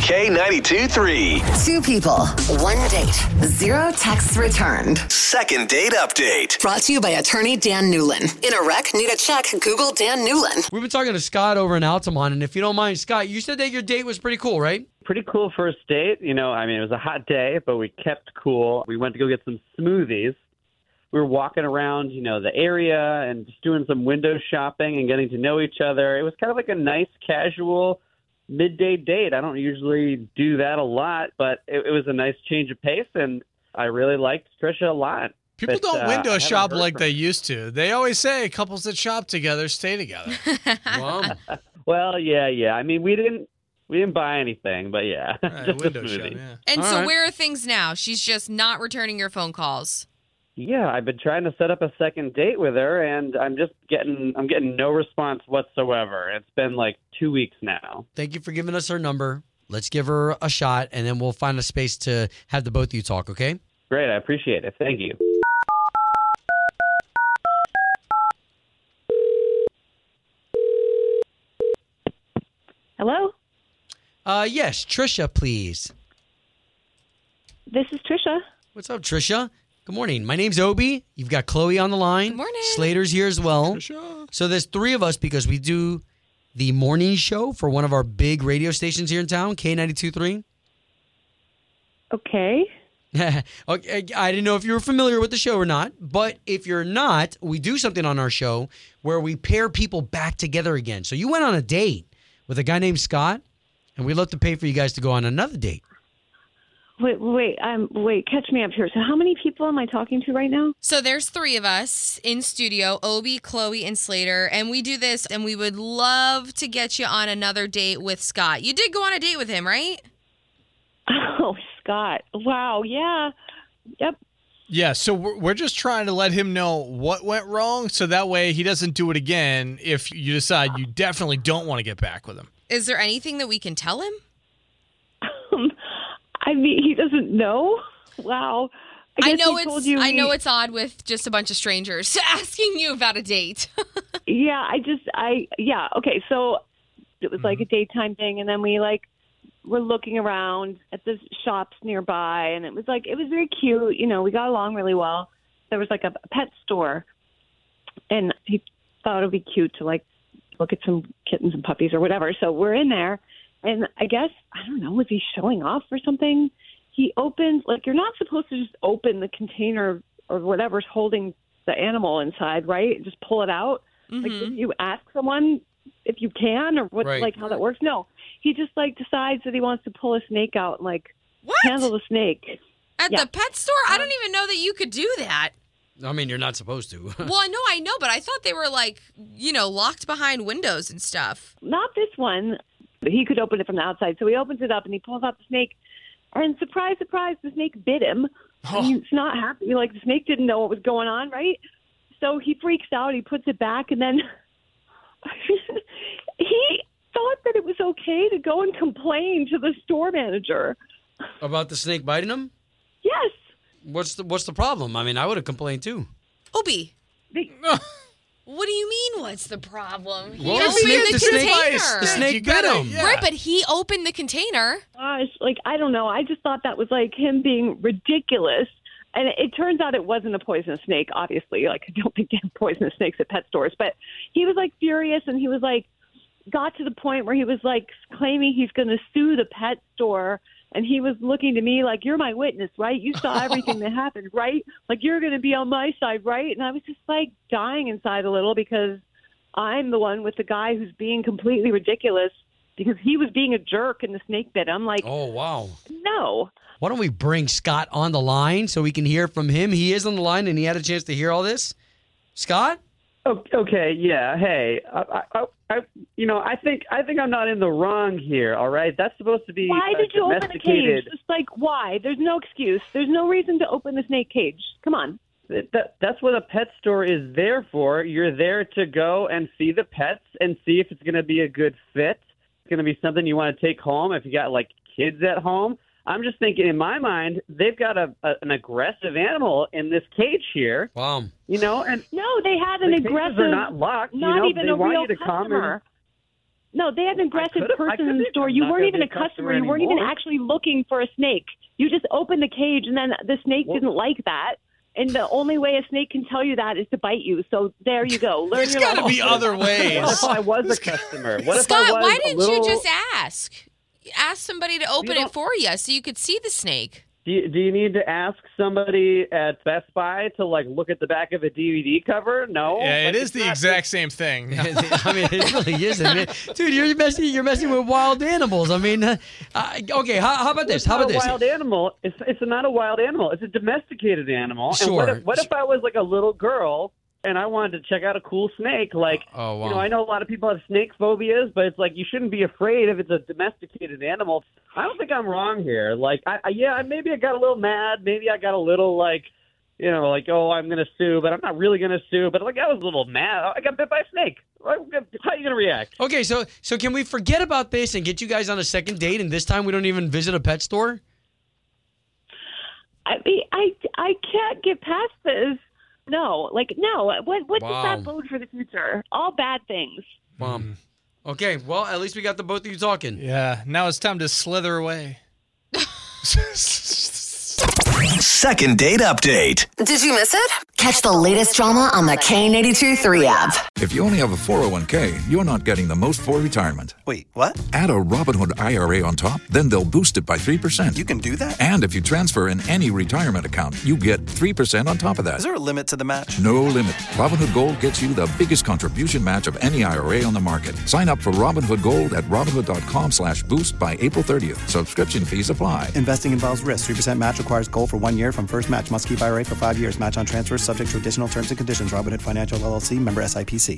K92 3. Two people, one date, zero texts returned. Second date update. Brought to you by attorney Dan Newlin. In a wreck, need a check, Google Dan Newlin. We've been talking to Scott over in Altamont, and if you don't mind, Scott, you said that your date was pretty cool, right? pretty cool first date. You know, I mean, it was a hot day, but we kept cool. We went to go get some smoothies. We were walking around, you know, the area and just doing some window shopping and getting to know each other. It was kind of like a nice, casual midday date. I don't usually do that a lot, but it, it was a nice change of pace, and I really liked Trisha a lot. People But, don't uh, I window haven't shop heard like from they used to. They always say couples that shop together stay together. Wow. Well, yeah, yeah. I mean, we didn't we didn't buy anything, but yeah, Right, just a window shop, smoothie. yeah. And All so, right. where are things now? She's just not returning your phone calls. Yeah, I've been trying to set up a second date with her, and I'm just getting I'm getting no response whatsoever. It's been like two weeks now. Thank you for giving us her number. Let's give her a shot, and then we'll find a space to have the both of you talk, okay? Great, I appreciate it. Thank you. Hello, Uh, yes, Trisha, please. this is Trisha. What's up, Trisha? Good morning. My name's Obi. You've got Chloe on the line. Good morning. Slater's here as well. So there's three of us because we do the morning show for one of our big radio stations here in town, K92.3. Okay. okay, I didn't know if you were familiar with the show or not, but if you're not, we do something on our show where we pair people back together again. So you went on a date with a guy named Scott, and we'd love to pay for you guys to go on another date. Wait, wait, um, wait. Catch me up here. So, how many people am I talking to right now? So there's three of us in studio, Obi, Chloe, and Slater, and we do this and we would love to get you on another date with Scott. You did go on a date with him, right? Oh, Scott. Wow. Yeah. Yep. Yeah, so we're, we're just trying to let him know what went wrong so that way he doesn't do it again if you decide you definitely don't want to get back with him. Is there anything that we can tell him? Um, I mean, he doesn't know. Wow. I, guess know he told it's you I he- know it's odd with just a bunch of strangers asking you about a date. Yeah. I just. I. Yeah. Okay. So it was like a daytime thing, and then we like were looking around at the shops nearby, and it was like it was very cute. You know, we got along really well. There was like a pet store, and he thought it would be cute to like look at some kittens and puppies or whatever. So we're in there, and I guess I don't know was he showing off or something. He opened like you're not supposed to just open the container or whatever's holding the animal inside, right? Just pull it out. Like Mhm. didn't you ask someone if you can or what Right. like how that works? No, he just like decides that he wants to pull a snake out and like What? handle the snake. At yeah. Um, the pet store? I don't even know that you could do that. I mean, you're not supposed to. Well, no, I know, but I thought they were like, you know, locked behind windows and stuff. Not this one. But he could open it from the outside, so he opens it up and he pulls out the snake. And surprise, surprise, the snake bit him. I mean, it's not happy. Like the snake didn't know what was going on, right? So he freaks out. He puts it back, and then he thought that it was okay to go and complain to the store manager. About the snake biting him? Yes, What's the What's the problem? I mean, I would have complained too. Obi, They- what do you mean? What's the problem? He Well, opened the snake- the the snake- container. The snake You bit gotta- him. yeah. Right, but he opened the container. gosh, like I don't know. I just thought that was like him being ridiculous. And it- it turns out it wasn't a poisonous snake, obviously. Like I don't think they have poisonous snakes at pet stores, but he was like furious and he was like got to the point where he was like claiming he's going to sue the pet store and he was looking to me like you're my witness, right? You saw everything that happened, right? Like you're going to be on my side, right? And I was just like dying inside a little because I'm the one with the guy who's being completely ridiculous because he was being a jerk and the snake bit him. Like, Oh wow. no. Why don't we bring Scott on the line so we can hear from him? He is on the line and he had a chance to hear all this. Scott? O- Okay, yeah. Hey, I, I, I, you know, I think I think I'm not in the wrong here. All right, that's supposed to be Why uh, did you open the cage? domesticated. Just like why? There's no excuse. There's no reason to open the snake cage. Come on. That- That, that's what a pet store is there for. You're there to go and see the pets and see if it's going to be a good fit. It's going to be something you want to take home if you got like kids at home. I'm just thinking in my mind, they've got a, a an aggressive animal in this cage here, Wow. you know, and No, they had an the cages aggressive, are not locked. you not know, even they a want real you to come and customer. No, they had an aggressive could've- I person could've in the become- store. You not weren't gonna even be a a customer customer. You weren't even anymore. actually looking for a snake. You just opened the cage, and then the snake Well- didn't like that. And the only way a snake can tell you that is to bite you. So there you go. Learn There's your got to lesson. be other What ways. if I was a customer? What if I Scott, was why a didn't little- you just ask? Ask somebody to open it don't- for you so you could see the snake. Do you, do you need to ask somebody at Best Buy to like look at the back of a DVD cover? No. Yeah, it Like, is the not- exact same thing. I mean, it really is, I mean, dude. You're messing. You're messing with wild animals. I mean, uh, uh, okay. How, how about this? It's How not about a this? wild animal. It's it's not a wild animal. It's a domesticated animal. And what Sure. if, what if I was like a little girl and I wanted to check out a cool snake? Like, Oh, wow. you know, I know a lot of people have snake phobias, but it's like you shouldn't be afraid if it's a domesticated animal. I don't think I'm wrong here. Like, I, I yeah, maybe I got a little mad. Maybe I got a little like. You know, like, oh, I'm gonna sue, but I'm not really gonna sue. But like, I was a little mad. I got bit by a snake. Like, How are you gonna react? Okay, so so can we forget about this and get you guys on a second date? And this time we don't even visit a pet store. I mean, I I can't get past this. No, like no. What what Wow. does that bode for the future? All bad things. Mom. Okay. Well, at least we got the both of you talking. Mm. yeah, now it's time to slither away. Second date update. Did you miss it? Catch the latest drama on the K82 3 app. If you only have a 401k, you're not getting the most for retirement. Wait, what? Add a Robinhood IRA on top, then they'll boost it by 3%. You can do that? and if you transfer in any retirement account, you get 3% on top of that. Is there a limit to the match? No limit. Robinhood Gold gets you the biggest contribution match of any IRA on the market. Sign up for Robinhood Gold at Robinhood.com slash boost by April 30th. Subscription fees apply. Investing involves risk. 3% match requires gold for one year from first match. Must keep IRA for five years. Match on transfers subject to additional terms and conditions. Robinhood Financial LLC member SIPC.